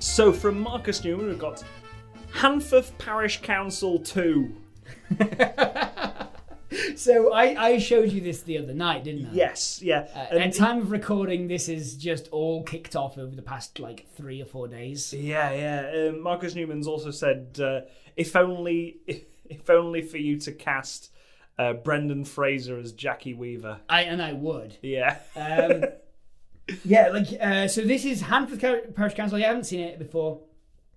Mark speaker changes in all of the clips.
Speaker 1: So from Marcus Newman, we've got Hanforth Parish Council 2.
Speaker 2: So I, I showed you this the other night, didn't I?
Speaker 1: Yes, yeah.
Speaker 2: Uh,
Speaker 1: And-
Speaker 2: at time of recording, this is just all kicked off over the past like three or four days.
Speaker 1: Yeah, yeah. Um, Marcus Newman's also said, uh, "If only, if, only for you to cast uh, Brendan Fraser as Jackie Weaver."
Speaker 2: I and I would.
Speaker 1: Yeah,
Speaker 2: Um, yeah, like uh, so. This is Hanford Ca- Parish Council. You haven't seen it before.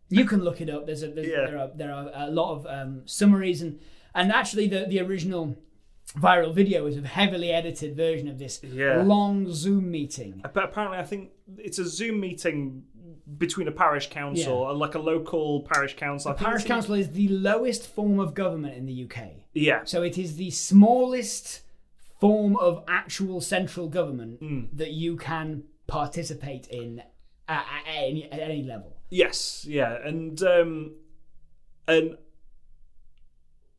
Speaker 2: You can look it up. There's a there's,
Speaker 1: Yeah.
Speaker 2: there are there are a lot of um, summaries and and actually the the original viral video is a heavily edited version of this
Speaker 1: Yeah.
Speaker 2: long Zoom meeting.
Speaker 1: but apparently, I think it's a Zoom meeting between a parish council,
Speaker 2: Yeah.
Speaker 1: uh, like a local parish council. I think
Speaker 2: Parish
Speaker 1: it's-
Speaker 2: council is the lowest form of government in the UK.
Speaker 1: Yeah,
Speaker 2: So it is the smallest form of actual central government
Speaker 1: Hmm.
Speaker 2: that you can participate in at, at, any, at any level.
Speaker 1: Yes, yeah, and um, and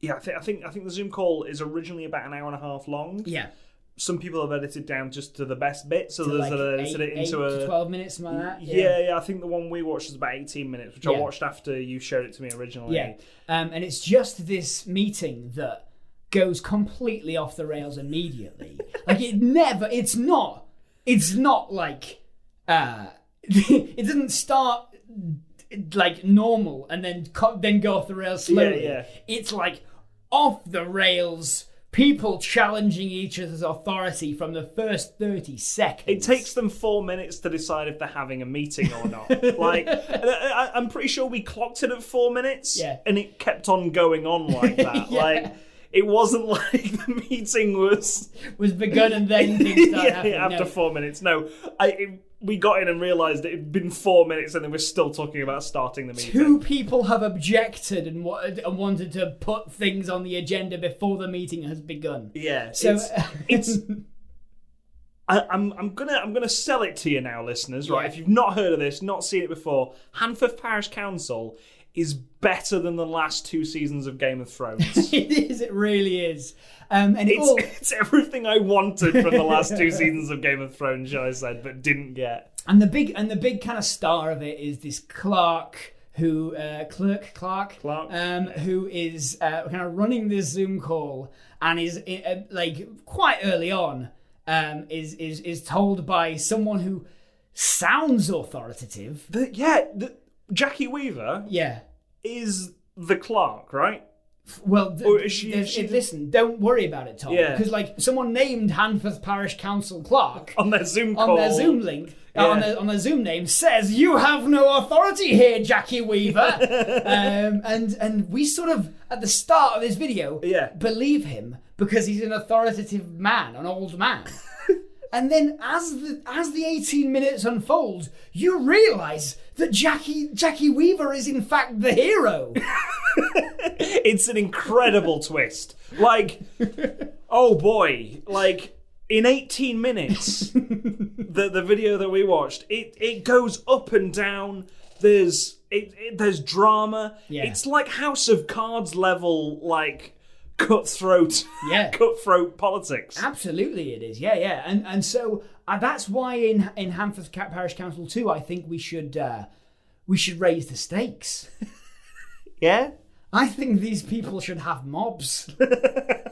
Speaker 1: yeah, I think I think I think the Zoom call is originally about an hour and a half long.
Speaker 2: Yeah,
Speaker 1: Some people have edited down just to the best bit, so there's
Speaker 2: like
Speaker 1: that are
Speaker 2: eight,
Speaker 1: edited it
Speaker 2: eight
Speaker 1: into
Speaker 2: to
Speaker 1: a.
Speaker 2: twelve minutes, something like that.
Speaker 1: yeah. yeah, I think the one we watched was about 18 minutes, which I
Speaker 2: Yeah.
Speaker 1: watched after you showed it to me originally.
Speaker 2: yeah. Um, and it's just this meeting that goes completely off the rails immediately. like it never. It's not. It's not like. Uh, it doesn't start like normal and then co- then go off the rails slowly.
Speaker 1: yeah.
Speaker 2: It's like off the rails. People challenging each other's authority from the first thirty seconds.
Speaker 1: It takes them four minutes to decide if they're having a meeting or not. like, and I, I- I'm pretty sure we clocked it at four minutes,
Speaker 2: Yeah.
Speaker 1: and it kept on going on like that.
Speaker 2: Yeah.
Speaker 1: Like, it wasn't like the meeting was
Speaker 2: was begun and then things start
Speaker 1: Yeah,
Speaker 2: happening.
Speaker 1: after
Speaker 2: No.
Speaker 1: four minutes. No, I, it, we got in and realised that it'd been four minutes, and they were still talking about starting the meeting.
Speaker 2: Two people have objected and, wa- and wanted to put things on the agenda before the meeting has begun.
Speaker 1: Yeah,
Speaker 2: So- uh,
Speaker 1: it's, it's I, I'm I'm gonna I'm gonna sell it to you now, listeners. Right,
Speaker 2: Yeah.
Speaker 1: if you've not heard of this, not seen it before, Hanforth Parish Council is better than the last two seasons of Game of Thrones.
Speaker 2: it is, it really is. Um, and it all,
Speaker 1: It's, it's everything I wanted from the last two seasons of Game of Thrones, shall I said, but didn't get.
Speaker 2: and the big and the big kind of star of it is this Clark who uh, clerk Clark
Speaker 1: Clark.
Speaker 2: um, who is uh, kind of running this Zoom call and is uh, like quite early on um, is is is told by someone who sounds authoritative.
Speaker 1: The, yeah, the, Jackie Weaver
Speaker 2: Yeah.
Speaker 1: is the clerk, right?
Speaker 2: Well, th-
Speaker 1: Or is she-
Speaker 2: there's-
Speaker 1: she-
Speaker 2: listen, don't worry about it, Tom.
Speaker 1: Yeah.
Speaker 2: Because, like, someone named Hanforth Parish Council Clerk
Speaker 1: On their Zoom
Speaker 2: on
Speaker 1: call.
Speaker 2: their Zoom link, uh,
Speaker 1: Oh, Yeah.
Speaker 2: on, their, on their Zoom name, says, You have no authority here, Jackie Weaver. um, and, and we sort of, at the start of this video,
Speaker 1: Yeah.
Speaker 2: believe him because he's an authoritative man, an old man. And then, as the as the eighteen minutes unfold, you realise that Jackie Jackie Weaver is in fact the hero.
Speaker 1: it's an incredible twist. Like, oh boy, like in 18 minutes, the the video that we watched, it it goes up and down. There's it, it there's drama.
Speaker 2: Yeah.
Speaker 1: It's like House of Cards level, like cutthroat,
Speaker 2: Yeah.
Speaker 1: cutthroat politics.
Speaker 2: Absolutely, it is. Yeah, yeah, and and so uh, that's why in in Hanforth Ca- Parish Council too, I think we should uh, we should raise the stakes.
Speaker 1: Yeah.
Speaker 2: I think these people should have mobs.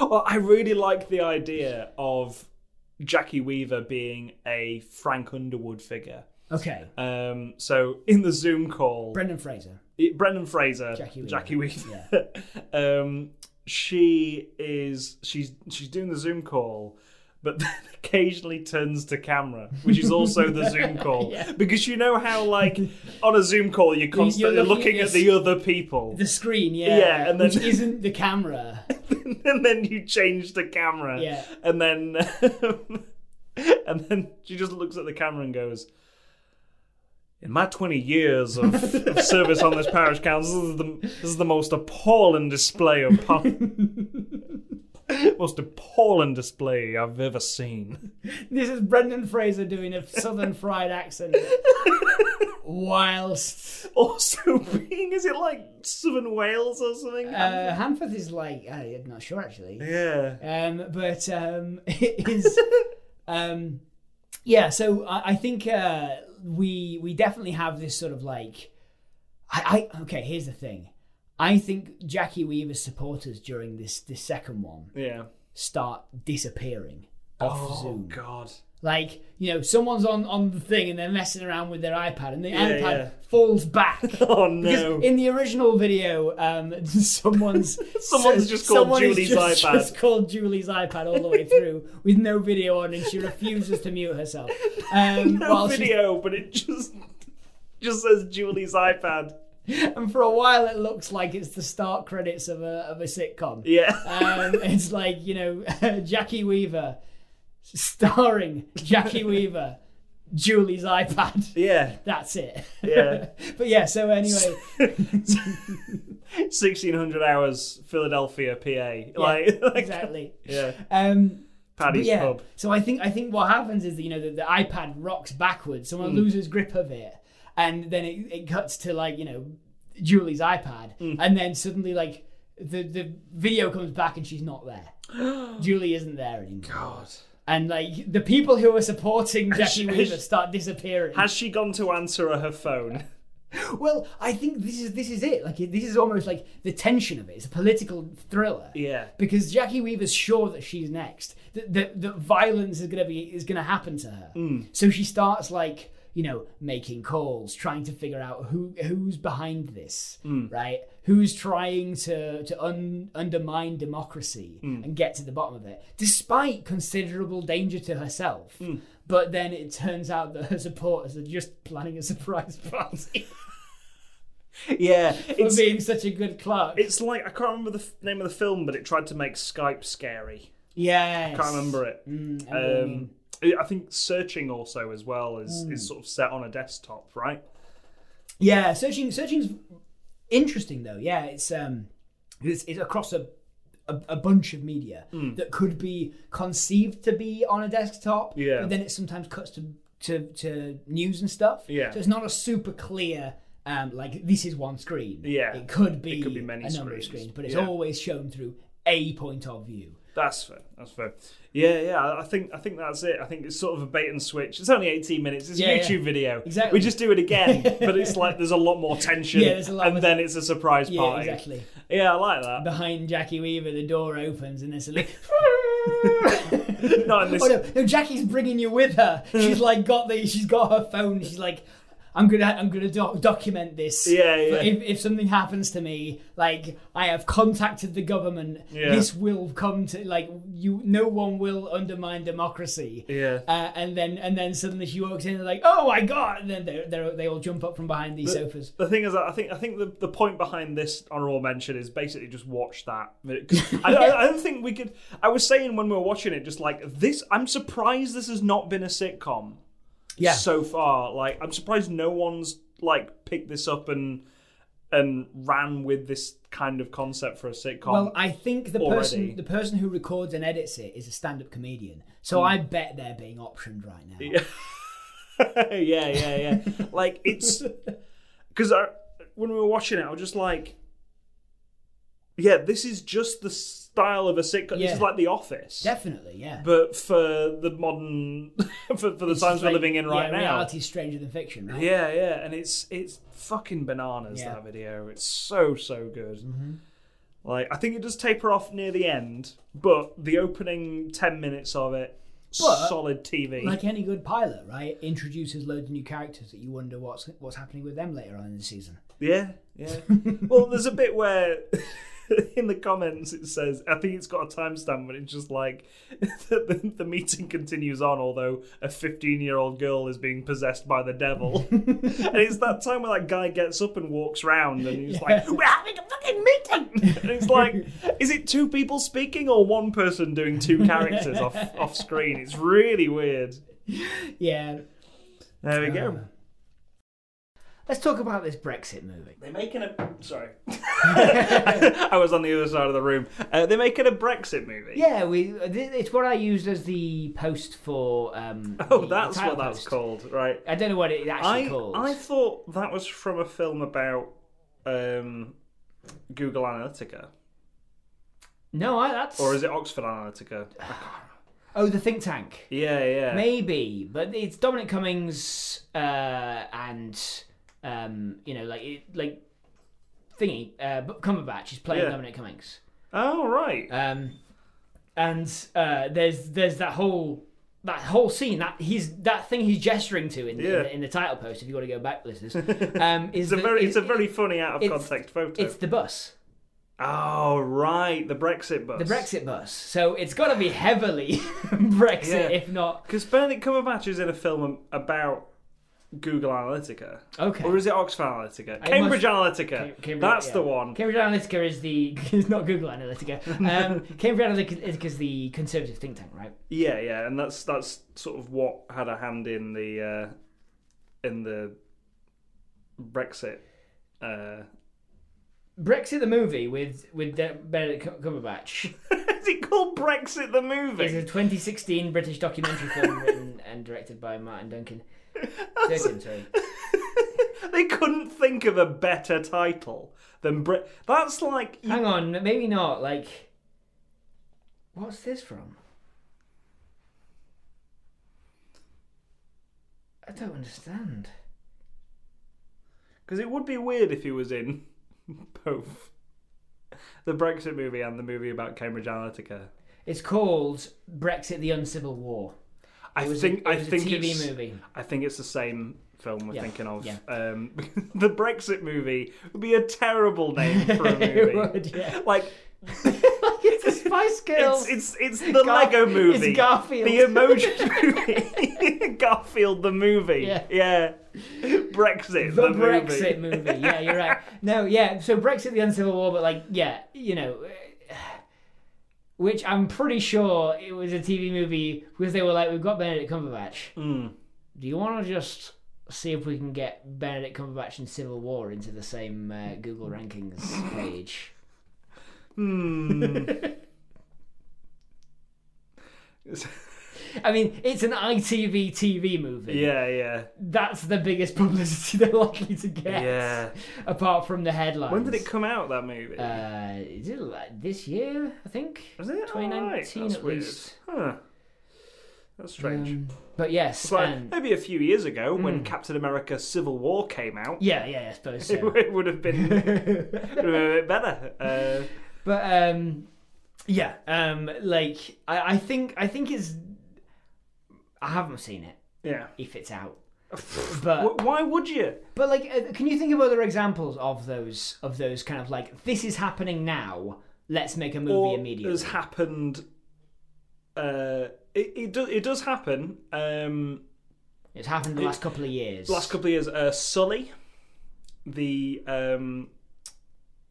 Speaker 1: Well, Oh, I really like the idea of Jackie Weaver being a Frank Underwood figure.
Speaker 2: Okay,
Speaker 1: Um, so in the Zoom call,
Speaker 2: Brendan Fraser.
Speaker 1: it- Brendan Fraser,
Speaker 2: Jackie
Speaker 1: Jackie
Speaker 2: Weaver.
Speaker 1: Weaver. um, she is she's she's doing the Zoom call, but then occasionally turns to camera, which is also the Zoom call
Speaker 2: Yeah.
Speaker 1: because you know how like on a Zoom call you're constantly
Speaker 2: looking
Speaker 1: looking,
Speaker 2: at
Speaker 1: at the other people,
Speaker 2: The screen, yeah,
Speaker 1: Yeah, and then-
Speaker 2: which isn't the camera.
Speaker 1: and then you change the camera,
Speaker 2: Yeah.
Speaker 1: and then and then she just looks at the camera and goes. In my 20 years of, of service on this parish council, this is, the, this is the most appalling display of pol- most appalling display I've ever seen.
Speaker 2: This is Brendan Fraser doing a southern fried accent, whilst
Speaker 1: Also, being is it like Southern Wales or something?
Speaker 2: uh, Hanforth is like I- I'm Um, not sure actually.
Speaker 1: yeah,
Speaker 2: Um, but um, it is um, yeah so i, I think uh, we we definitely have this sort of like I, I okay here's the thing i think jackie weaver's supporters during this this second one
Speaker 1: Yeah.
Speaker 2: start disappearing off zoom
Speaker 1: Oh, God.
Speaker 2: like you know someone's on on the thing and they're messing around with their ipad and the ipad
Speaker 1: yeah.
Speaker 2: falls back
Speaker 1: Oh
Speaker 2: Because
Speaker 1: no.
Speaker 2: in the original video, um, someone's
Speaker 1: Someone's just called
Speaker 2: someone is
Speaker 1: Julie's
Speaker 2: just-
Speaker 1: iPad.
Speaker 2: just called Julie's iPad all the way through with no video on, and she refuses to mute herself. Um,
Speaker 1: no
Speaker 2: while she's-
Speaker 1: video, but it just just says Julie's iPad.
Speaker 2: and for a while, it looks like it's the start credits of a of a sitcom.
Speaker 1: Yeah.
Speaker 2: Um, it's like you know Jackie Weaver, starring Jackie Weaver, Julie's iPad.
Speaker 1: Yeah.
Speaker 2: That's it.
Speaker 1: Yeah.
Speaker 2: but yeah. So anyway,
Speaker 1: 1600 hours, Philadelphia, PA. like, like-
Speaker 2: exactly.
Speaker 1: Yeah.
Speaker 2: Um,
Speaker 1: Paddy's
Speaker 2: But yeah,
Speaker 1: pub.
Speaker 2: so I think I think what happens is that, you know the, the iPad rocks backwards,
Speaker 1: Mm.
Speaker 2: someone loses grip of it, and then it, it cuts to like you know Julie's iPad,
Speaker 1: Mm.
Speaker 2: and then suddenly like the the video comes back and she's not there. Julie isn't there anymore,
Speaker 1: God.
Speaker 2: and like the people who are supporting Jackie
Speaker 1: she-
Speaker 2: Weaver start disappearing.
Speaker 1: Has she gone to answer her phone?
Speaker 2: well, I think this is this is it. Like it, this is almost like the tension of it. It's a political thriller.
Speaker 1: Yeah.
Speaker 2: because Jackie Weaver's sure that she's next. That that, that violence is gonna be is gonna happen to her.
Speaker 1: Mm.
Speaker 2: So she starts like you know making calls, trying to figure out who who's behind this,
Speaker 1: Mm.
Speaker 2: right? Who's trying to to un, undermine democracy
Speaker 1: Mm.
Speaker 2: and get to the bottom of it, despite considerable danger to herself.
Speaker 1: Mm.
Speaker 2: But then it turns out that her supporters are just planning a surprise party
Speaker 1: Yeah.
Speaker 2: for
Speaker 1: It's,
Speaker 2: being such a good clerk.
Speaker 1: it's like, I can't remember the f- name of the film, but it tried to make Skype scary.
Speaker 2: Yeah,
Speaker 1: Can't remember it.
Speaker 2: I know what you mean.
Speaker 1: Um, I I think searching also as well is,
Speaker 2: Mm.
Speaker 1: is sort of set on a desktop, right?
Speaker 2: Yeah, searching searching's interesting though. Yeah, it's um, it's, it's across a, a a bunch of media
Speaker 1: Hmm.
Speaker 2: that could be conceived to be on a desktop.
Speaker 1: Yeah.
Speaker 2: but then it sometimes cuts to to to news and stuff.
Speaker 1: Yeah.
Speaker 2: so it's not a super clear. Um, like this is one screen.
Speaker 1: Yeah.
Speaker 2: it could be,
Speaker 1: could be many
Speaker 2: a number of
Speaker 1: screens.
Speaker 2: screens, but it's
Speaker 1: Yeah.
Speaker 2: always shown through a point of view.
Speaker 1: That's fair. That's fair. Yeah, yeah. I- I think I think that's it. I think it's sort of a bait and switch. It's only 18 minutes. It's
Speaker 2: Yeah,
Speaker 1: a
Speaker 2: yeah.
Speaker 1: YouTube video.
Speaker 2: Exactly.
Speaker 1: We just do it again, but it's like there's a lot more tension.
Speaker 2: Yeah, there's a lot
Speaker 1: and
Speaker 2: more-
Speaker 1: then it's a surprise
Speaker 2: Yeah,
Speaker 1: party.
Speaker 2: exactly.
Speaker 1: Yeah, I like that.
Speaker 2: Behind Jackie Weaver, the door opens and there's a little.
Speaker 1: Not in this. Hmm.
Speaker 2: Oh no, no, Jackie's bringing you with her. She's like got the, she's got her phone. She's like, I'm gonna, I'm gonna doc- document this.
Speaker 1: Yeah, yeah.
Speaker 2: But If, if something happens to me, like I have contacted the government,
Speaker 1: Yeah.
Speaker 2: this will come to like you. No one will undermine democracy.
Speaker 1: Yeah.
Speaker 2: Uh, and then, and then suddenly she walks in and like, oh my god! And then they they they all jump up from behind these sofas.
Speaker 1: The thing is, that I think I think the, the point behind this honorable mention is basically just watch that. 'Cause I, I, I don't think we could. I was saying when we were watching it, just like this. I'm surprised this has not been a sitcom.
Speaker 2: Yeah.
Speaker 1: So far, like I'm surprised no one's like picked this up and and ran with this kind of concept for a sitcom.
Speaker 2: Well, I think the
Speaker 1: already.
Speaker 2: person the person who records and edits it is a stand up comedian. So
Speaker 1: Hmm.
Speaker 2: I bet they're being optioned right now.
Speaker 1: yeah, yeah, yeah. like it's because I when we were watching it, I was just like, yeah, this is just the style of a sitcom. This
Speaker 2: Yeah.
Speaker 1: is like The Office,
Speaker 2: Definitely, yeah.
Speaker 1: but for the modern, for, for the times we're
Speaker 2: like,
Speaker 1: living in right now.
Speaker 2: yeah, Reality's stranger than fiction, right?
Speaker 1: Yeah, yeah, and it's it's fucking bananas
Speaker 2: Yeah. Mm-hmm.
Speaker 1: that video. It's so so good. Like I think it does taper off near the end, but the opening ten minutes of it,
Speaker 2: But-
Speaker 1: solid TV.
Speaker 2: Like any good pilot, right? Introduces loads of new characters that you wonder what's what's happening with them later on in the season.
Speaker 1: Yeah, yeah. well, there's a bit where in the comments it says, I think it's got a timestamp, but it's just like the, the, the meeting continues on, although a 15 year old girl is being possessed by the devil. and it's that time where that guy gets up and walks round and he's like, We're having a fucking meeting! and it's like, Is it two people speaking or one person doing two characters off, off screen? It's really weird.
Speaker 2: Yeah.
Speaker 1: There we go.
Speaker 2: Uh, Let's talk about this Brexit movie.
Speaker 1: They're making a. Sorry. I was on the other side of the room. Uh, they're making a Brexit movie.
Speaker 2: Yeah, we. th- It's what I used as the post for. Um,
Speaker 1: Oh,
Speaker 2: the
Speaker 1: that's
Speaker 2: title
Speaker 1: what that's
Speaker 2: post.
Speaker 1: called, right?
Speaker 2: I don't know what it actually
Speaker 1: I
Speaker 2: called.
Speaker 1: I thought that was from a film about um, Google Analytica,
Speaker 2: No, I, that's
Speaker 1: or is it Oxford Analytica?
Speaker 2: Oh, the think tank.
Speaker 1: Yeah, yeah.
Speaker 2: Maybe, but it's Dominic Cummings uh, and um, you know, like it, like thingy. Uh, but Cumberbatch is playing
Speaker 1: Yeah.
Speaker 2: Dominic Cummings.
Speaker 1: Oh right.
Speaker 2: Um, and uh, there's there's that whole that whole scene that he's that thing he's gesturing to in,
Speaker 1: Yeah.
Speaker 2: in, the, in the title post. If you want to go back, listeners, um, is
Speaker 1: It's a
Speaker 2: the-
Speaker 1: very,
Speaker 2: it-
Speaker 1: it's a very funny out of
Speaker 2: it's-
Speaker 1: context photo.
Speaker 2: it's the bus,
Speaker 1: Oh right, the Brexit bus.
Speaker 2: the Brexit bus. So it's got to be heavily Brexit,
Speaker 1: Yeah.
Speaker 2: if not
Speaker 1: Because Benedict Cumberbatch is in a film about Google Analytica,
Speaker 2: okay.
Speaker 1: or is it Oxford Analytica?
Speaker 2: I
Speaker 1: Cambridge
Speaker 2: Cam-
Speaker 1: Analytica.
Speaker 2: Cambridge-
Speaker 1: That's
Speaker 2: yeah.
Speaker 1: the one.
Speaker 2: Cambridge Analytica is the it's not Google Analytica. Um, Cambridge Analytica is the conservative think tank, right?
Speaker 1: Yeah, yeah, and that's that's sort of what had a hand in the uh, in the Brexit. Uh,
Speaker 2: Brexit the movie with with De- Benedict Cum- Cumberbatch
Speaker 1: is it called Brexit the movie?
Speaker 2: is a 2016 British documentary film written and directed by Martin Duncan. Duncan, sorry.
Speaker 1: they couldn't think of a better title than Brit. That's like you-
Speaker 2: Hang on, maybe not. Like, what's this from? I don't understand.
Speaker 1: Because it would be weird if he was in both the Brexit movie and the movie about Cambridge Analytica.
Speaker 2: It's called Brexit: The Uncivil War.
Speaker 1: I
Speaker 2: It was
Speaker 1: think
Speaker 2: a,
Speaker 1: I
Speaker 2: it was
Speaker 1: think
Speaker 2: a TV
Speaker 1: it's
Speaker 2: movie.
Speaker 1: I think it's the same film we're
Speaker 2: Yeah,
Speaker 1: thinking of.
Speaker 2: yeah.
Speaker 1: Um, the Brexit movie would be a terrible name for a movie.
Speaker 2: it would, yeah.
Speaker 1: Like
Speaker 2: like it's a Spice Girls.
Speaker 1: it's it's it's the
Speaker 2: Gar-
Speaker 1: Lego
Speaker 2: it's
Speaker 1: movie,
Speaker 2: Garfield.
Speaker 1: the emoji movie, Garfield the movie.
Speaker 2: Yeah.
Speaker 1: Brexit
Speaker 2: the,
Speaker 1: the,
Speaker 2: Brexit
Speaker 1: movie.
Speaker 2: movie. Yeah, you're right. No, yeah. So Brexit, the Uncivil War, but like, yeah, you know, eh, which I'm pretty sure it was a TV movie because they were like, we've got Benedict Cumberbatch.
Speaker 1: Mm.
Speaker 2: Do you want to just see if we can get Benedict Cumberbatch and Civil War into the same uh, Google rankings page?
Speaker 1: Hmm.
Speaker 2: I mean, it's an ITV TV movie.
Speaker 1: yeah, yeah,
Speaker 2: That's the biggest publicity they're likely to get.
Speaker 1: yeah.
Speaker 2: Apart from the headlines.
Speaker 1: When did it come out? That movie
Speaker 2: Uh, is it like this year? I think.
Speaker 1: was it All right,
Speaker 2: 2019
Speaker 1: That's
Speaker 2: at
Speaker 1: weird.
Speaker 2: least.
Speaker 1: Huh. That's strange.
Speaker 2: Um, Hmm. but yes,
Speaker 1: It's like,
Speaker 2: um,
Speaker 1: maybe a few years ago when Captain America: Civil War came out,
Speaker 2: yeah, yeah, I suppose so.
Speaker 1: it would have been, would have been a bit better. Uh,
Speaker 2: but um, yeah, um, like I, I think I think it's. I haven't seen it
Speaker 1: yeah.
Speaker 2: if it's out, but
Speaker 1: Wh- Why would you?
Speaker 2: but like, uh, can you think of other examples of those of those kind of like this is happening now? Let's make a movie
Speaker 1: Or
Speaker 2: immediately.
Speaker 1: has happened. Uh, it it, do, it does happen. Um,
Speaker 2: it's happened the last couple of years.
Speaker 1: last couple of years, uh, Sully, the um,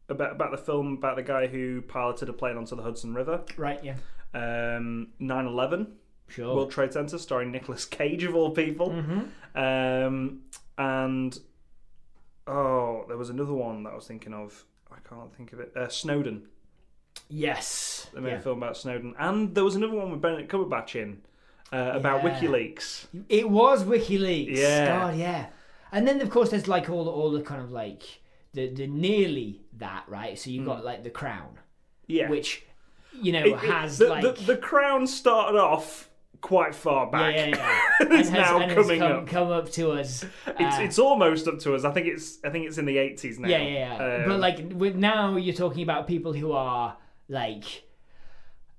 Speaker 1: about about the film about the guy who piloted a plane onto the Hudson River,
Speaker 2: right? Yeah,
Speaker 1: um, 9-11.
Speaker 2: sure.
Speaker 1: World Trade Center, starring Nicolas Cage of all people.
Speaker 2: Mm-hmm.
Speaker 1: Um, and oh, there was another one that I was thinking of. I can't think of it. Uh, Snowden.
Speaker 2: yes.
Speaker 1: They made
Speaker 2: Yeah.
Speaker 1: a film about Snowden, and there was another one with Benedict Cumberbatch in uh, about
Speaker 2: Yeah.
Speaker 1: WikiLeaks.
Speaker 2: It was WikiLeaks.
Speaker 1: Yeah.
Speaker 2: God, yeah. And then of course there's like all all the kind of like the the nearly that right. So you have got like the Crown,
Speaker 1: Hmm. Yeah,
Speaker 2: which you know
Speaker 1: It- it-
Speaker 2: has
Speaker 1: the,
Speaker 2: like
Speaker 1: the, the Crown started off quite far
Speaker 2: yeah,
Speaker 1: back.
Speaker 2: yeah, yeah.
Speaker 1: It's now coming
Speaker 2: come,
Speaker 1: up.
Speaker 2: come up to us.
Speaker 1: It's,
Speaker 2: uh,
Speaker 1: it's almost up to us. I think it's I think it's in the eighties now.
Speaker 2: yeah, yeah, yeah.
Speaker 1: Um,
Speaker 2: but like with now you're talking about people who are like.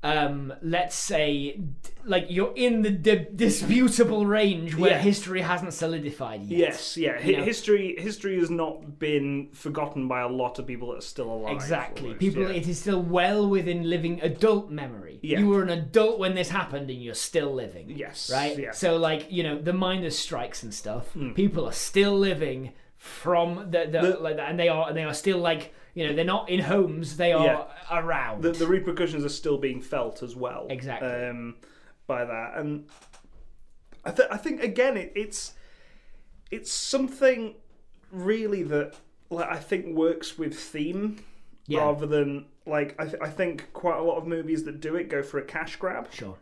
Speaker 2: Um, let's say, d- like you're in the di- disputable range where
Speaker 1: Yeah.
Speaker 2: history hasn't solidified yet.
Speaker 1: Yes, yeah. Hi-
Speaker 2: You know.
Speaker 1: History history has not been forgotten by a lot of people that are still alive.
Speaker 2: Exactly.
Speaker 1: almost,
Speaker 2: People,
Speaker 1: yeah.
Speaker 2: it is still well within living adult memory.
Speaker 1: Yeah.
Speaker 2: You were an adult when this happened and you're still living.
Speaker 1: Yes,
Speaker 2: Right?
Speaker 1: yeah. Hmm.
Speaker 2: So, like, you know, the miners' strikes and stuff, people are still living from the, the, like that, and they are, and they are still like, you know, they're not in homes, they are around.
Speaker 1: the, the repercussions are still being felt as well.
Speaker 2: Exactly.
Speaker 1: Um, by that, and I, th- I think again, it, it's it's something really that like I think works with theme
Speaker 2: Yeah.
Speaker 1: rather than like I, th- I think quite a lot of movies that do it go for a cash grab.
Speaker 2: sure.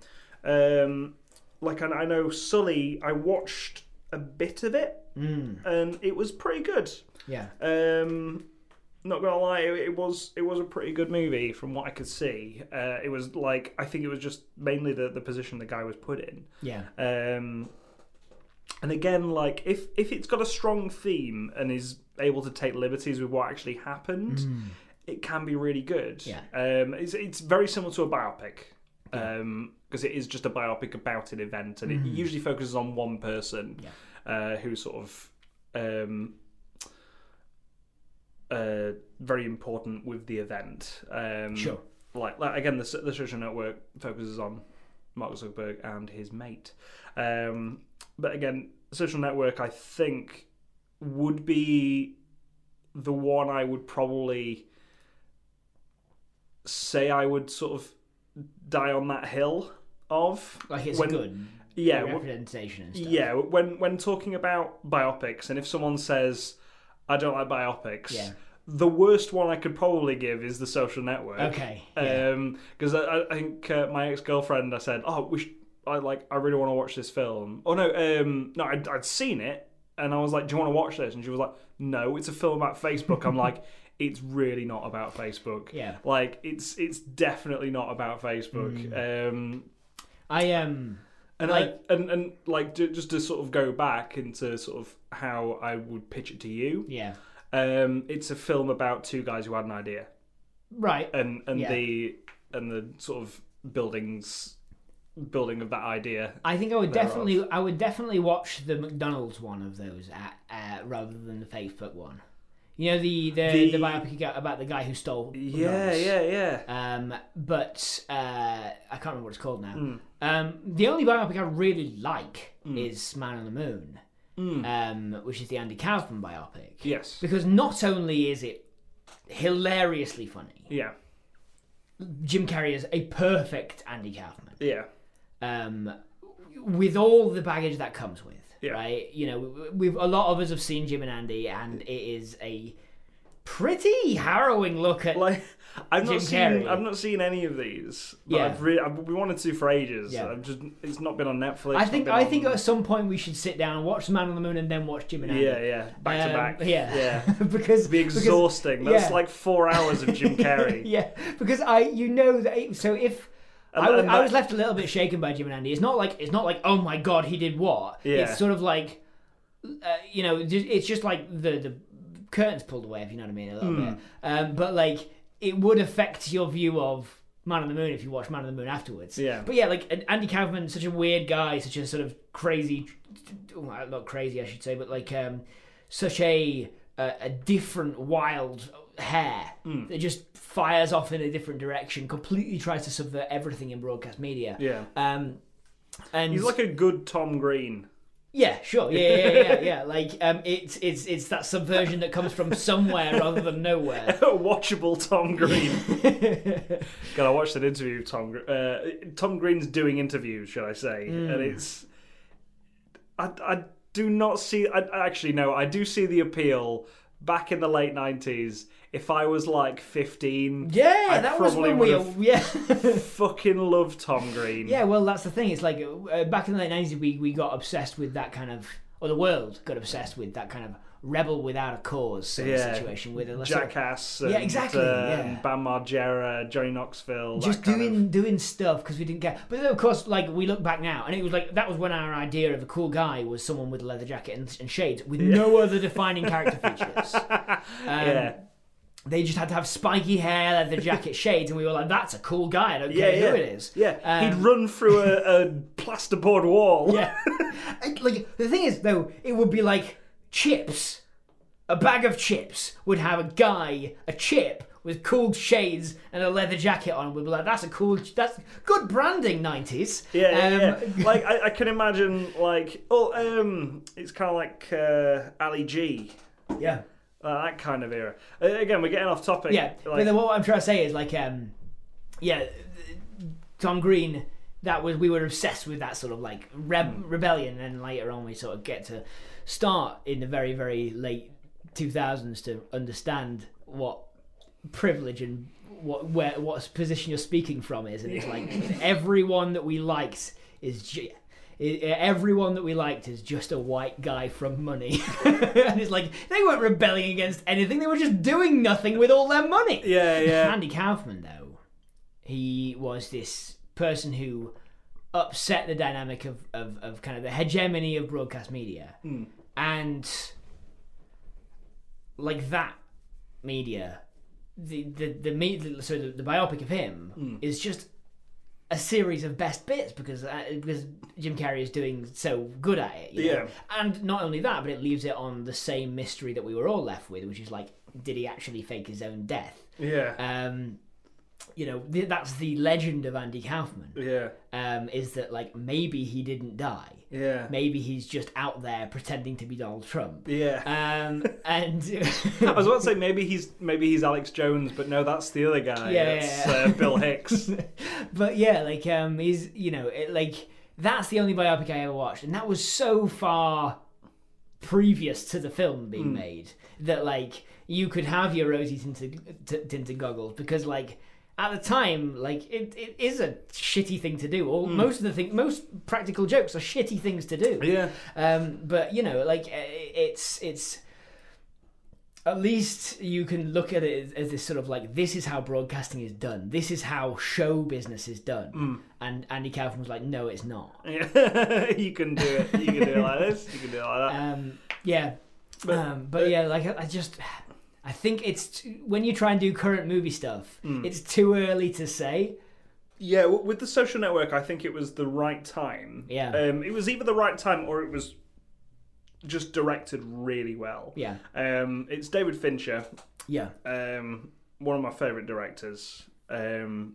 Speaker 1: Um, like I, I know Sully, I watched a bit of it, and it was pretty good.
Speaker 2: Yeah.
Speaker 1: Um, Not gonna lie, it, it was it was a pretty good movie from what I could see. Uh, it was like I think it was just mainly the, the position the guy was put in.
Speaker 2: Yeah.
Speaker 1: Um, and again, like if if it's got a strong theme and is able to take liberties with what actually happened, it can be really good.
Speaker 2: Hmm. Yeah.
Speaker 1: Um, it's it's very similar to a biopic. Um, because it is just a biopic about an event,
Speaker 2: Hmm.
Speaker 1: and it usually focuses on one person, uh, who sort of, um, uh, very important with the event. Um,
Speaker 2: Sure.
Speaker 1: Like, like again, the S- the social network focuses on Mark Zuckerberg and his mate. Um, but again, social network, I think, would be the one I would probably say I would sort of die on that hill of.
Speaker 2: Like it's
Speaker 1: when,
Speaker 2: a good
Speaker 1: yeah, w-
Speaker 2: representation and stuff.
Speaker 1: yeah. When when talking about biopics, and if someone says, "I don't like biopics,"
Speaker 2: Yeah.
Speaker 1: the worst one I could probably give is The Social Network.
Speaker 2: Okay. Yeah.
Speaker 1: Because Um, I, I think uh, my ex girlfriend, I said, "Oh, we should, I like, I really want to watch this film." Oh no, um, no, I'd, I'd seen it, and I was like, "Do you want to watch this?" And she was like, "No, it's a film about Facebook." I'm like, "It's really not about Facebook."
Speaker 2: Yeah.
Speaker 1: Like, it's it's definitely not about Facebook. Um,
Speaker 2: I um
Speaker 1: and
Speaker 2: Mm. Like-
Speaker 1: I, and and like ju- just to sort of go back into sort of how I would pitch it to you.
Speaker 2: yeah.
Speaker 1: Um, it's a film about two guys who had an idea
Speaker 2: Right.
Speaker 1: and and
Speaker 2: Yeah.
Speaker 1: the and the sort of buildings building of that idea.
Speaker 2: I think I would
Speaker 1: thereof.
Speaker 2: definitely I would definitely watch the McDonald's one of those at, uh, rather than the Facebook one. You know the the, the,
Speaker 1: The-
Speaker 2: biopic about- about the guy who stole.
Speaker 1: Yeah,
Speaker 2: McDonald's.
Speaker 1: yeah, yeah.
Speaker 2: Um, but uh, I can't remember what it's called now.
Speaker 1: Hmm.
Speaker 2: Um, the only biopic I really like is Man on the Moon,
Speaker 1: Hmm.
Speaker 2: um, which is the Andy Kaufman biopic.
Speaker 1: Yes.
Speaker 2: Because not only is it hilariously funny,
Speaker 1: Yeah.
Speaker 2: Jim Carrey is a perfect Andy Kaufman
Speaker 1: Yeah.
Speaker 2: um, with all the baggage that comes with,
Speaker 1: Yeah.
Speaker 2: right? You know, we've a lot of us have seen Jim and Andy, and it is a pretty harrowing look at.
Speaker 1: Like I've
Speaker 2: Jim
Speaker 1: not seen
Speaker 2: Carrey.
Speaker 1: I've not seen any of these. But
Speaker 2: Yeah.
Speaker 1: I've really I've, we wanted to for ages.
Speaker 2: Yeah.
Speaker 1: I've just it's not been on Netflix.
Speaker 2: I
Speaker 1: it's not
Speaker 2: think
Speaker 1: been
Speaker 2: I
Speaker 1: on-
Speaker 2: think at some point we should sit down and watch The Man on the Moon and then watch Jim and Andy.
Speaker 1: yeah, yeah. Back to
Speaker 2: Um,
Speaker 1: back.
Speaker 2: Yeah,
Speaker 1: Yeah.
Speaker 2: because
Speaker 1: Be
Speaker 2: because-
Speaker 1: exhausting. That's
Speaker 2: yeah.
Speaker 1: like four hours of Jim Carrey.
Speaker 2: yeah, because I you know that it, so if. I,
Speaker 1: And-
Speaker 2: was-
Speaker 1: and
Speaker 2: I
Speaker 1: that-
Speaker 2: was left a little bit shaken by Jim and Andy. It's not like it's not like oh my god he did what.
Speaker 1: Yeah.
Speaker 2: It's sort of like uh, you know ju- it's just like the the curtains pulled away if you know what I mean a
Speaker 1: Hmm.
Speaker 2: little bit. Um, but like it would affect your view of Man on the Moon if you watch Man on the Moon afterwards.
Speaker 1: Yeah.
Speaker 2: But yeah, like and Andy Kaufman, such a weird guy, such a sort of crazy, well, not crazy I should say, but like um, such a a, a different wild hair
Speaker 1: Hmm.
Speaker 2: that just fires off in a different direction, completely tries to subvert everything in broadcast media.
Speaker 1: Yeah.
Speaker 2: Um, and
Speaker 1: He's like a good Tom Green.
Speaker 2: yeah, sure, yeah, yeah, yeah, yeah, yeah. Like um, it's it's it's that subversion that comes from somewhere rather than nowhere.
Speaker 1: A watchable Tom Green. God, I watched an interview of Tom. Gr- Uh, Tom Green's doing interviews, shall I say?
Speaker 2: Hmm.
Speaker 1: And it's, I, I do not see. I I actually no, I do see the appeal. Back in the late nineties, if I was like fifteen,
Speaker 2: Yeah,
Speaker 1: I
Speaker 2: that was
Speaker 1: probably
Speaker 2: when we
Speaker 1: would've-
Speaker 2: yeah.
Speaker 1: fucking love Tom Green.
Speaker 2: Yeah, well, that's the thing. It's like uh, back in the late nineties, we, we got obsessed with that kind of, or the world got obsessed with that kind of rebel without a cause sort
Speaker 1: Yeah.
Speaker 2: of situation with a sort of-
Speaker 1: Jackass. And,
Speaker 2: exactly,
Speaker 1: uh,
Speaker 2: yeah.
Speaker 1: and Bam Margera, Johnny Knoxville.
Speaker 2: just
Speaker 1: that kind
Speaker 2: doing doing stuff because we didn't care. But then, of course, like we look back now, and it was like that was when our idea of a cool guy was someone with a leather jacket and, and shades with no other defining character features.
Speaker 1: Of,
Speaker 2: Um,
Speaker 1: yeah.
Speaker 2: They just had to have spiky hair, leather jacket, shades, and we were like, "That's a cool guy. I don't
Speaker 1: Yeah,
Speaker 2: care
Speaker 1: yeah.
Speaker 2: who it is."
Speaker 1: Yeah, he'd
Speaker 2: Um,
Speaker 1: run through a, a plasterboard wall.
Speaker 2: Yeah. I- like the thing is though, it would be like chips. A bag of chips would have a guy, a chip with cool shades and a leather jacket on. We'd be like, "That's a cool. That's good branding, '90s."
Speaker 1: Yeah, yeah,
Speaker 2: Um,
Speaker 1: yeah. like I, I can imagine, like, oh, um, it's kind of like uh, Ali G,
Speaker 2: yeah.
Speaker 1: uh, that kind of era. Uh, again, we're getting off topic.
Speaker 2: Yeah,
Speaker 1: like,
Speaker 2: but then what I'm trying to say is like, um, yeah, Tom Green. That was we were obsessed with that sort of like reb- rebellion, and then later on we sort of get to start in the very very late 2000s to understand what privilege and what where what position you're speaking from is, and it's like everyone that we liked is. Ju- i- everyone that we liked is just a white guy from money. and it's like, they weren't rebelling against anything, they were just doing nothing with all their money.
Speaker 1: Yeah, yeah.
Speaker 2: Andy Kaufman, though, he was this person who upset the dynamic of, of, of kind of the hegemony of broadcast media.
Speaker 1: Hmm.
Speaker 2: And like that media, the the the, me- the so the, the biopic of him
Speaker 1: Hmm.
Speaker 2: is just a series of best bits because uh, because Jim Carrey is doing so good at it. you know?
Speaker 1: Yeah.
Speaker 2: and not only that, but it leaves it on the same mystery that we were all left with, which is like, did he actually fake his own death?
Speaker 1: Yeah.
Speaker 2: um, you know, th- that's the legend of Andy Kaufman.
Speaker 1: Yeah.
Speaker 2: Um, is that like maybe he didn't die?
Speaker 1: Yeah.
Speaker 2: Maybe he's just out there pretending to be Donald Trump.
Speaker 1: Yeah.
Speaker 2: Um, and
Speaker 1: I was about to say maybe he's maybe he's Alex Jones, but no, that's the other guy.
Speaker 2: Yeah,
Speaker 1: That's
Speaker 2: yeah, yeah.
Speaker 1: Uh, Bill Hicks.
Speaker 2: but yeah, like um, he's you know, it, like that's the only biopic I ever watched, and that was so far previous to the film being made that like you could have your rosy tinted t- tinted goggles because like at the time like it, it is a shitty thing to do or most of the thing most practical jokes are shitty things to do
Speaker 1: yeah.
Speaker 2: um, but you know, like uh, it's it's at least you can look at it as- as this sort of like this is how broadcasting is done. This is how show business is done. And Andy Kaufman was like, no, it's not.
Speaker 1: Yeah. you can do it. You can do it like this. You can do it like that.
Speaker 2: Um, yeah,
Speaker 1: But-
Speaker 2: um, but yeah, like I, I just. I think it's t- when you try and do current movie stuff, it's too early to say.
Speaker 1: Yeah, w- with the social network, I think it was the right time.
Speaker 2: Yeah.
Speaker 1: Um, it was either the right time or it was just directed really well.
Speaker 2: Yeah,
Speaker 1: Um, it's David Fincher,
Speaker 2: yeah,
Speaker 1: um, one of my favourite directors. Um,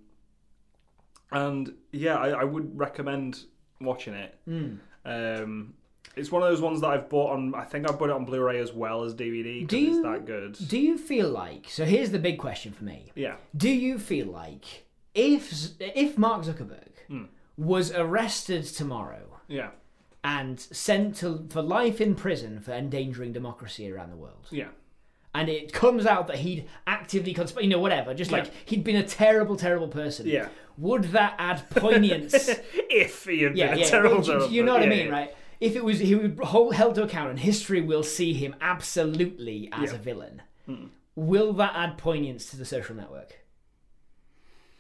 Speaker 1: and yeah, I, I would recommend watching it.
Speaker 2: Hmm.
Speaker 1: Um, it's one of those ones that I've bought on, I think I bought it on Blu ray as well as DVD
Speaker 2: Do
Speaker 1: because it's
Speaker 2: you-
Speaker 1: that good.
Speaker 2: Do you feel like? So here's the big question for me.
Speaker 1: Yeah.
Speaker 2: Do you feel like if Z- if Mark Zuckerberg
Speaker 1: Hmm.
Speaker 2: was arrested tomorrow
Speaker 1: Yeah.
Speaker 2: and sent to, for life in prison for endangering democracy around the world,
Speaker 1: Yeah.
Speaker 2: and it comes out that he'd actively conspire, you know, whatever, just
Speaker 1: Yeah.
Speaker 2: like he'd been a terrible, terrible person,
Speaker 1: Yeah.
Speaker 2: would that add poignance?
Speaker 1: if he had
Speaker 2: yeah,
Speaker 1: been
Speaker 2: yeah.
Speaker 1: a terrible
Speaker 2: well, you-
Speaker 1: job,
Speaker 2: you
Speaker 1: but
Speaker 2: know what I
Speaker 1: yeah,
Speaker 2: mean,
Speaker 1: yeah.
Speaker 2: right? If it was he would be hold, held to account, and history will see him absolutely as
Speaker 1: Yeah. Hmm.
Speaker 2: a villain. Will that add poignance to the social network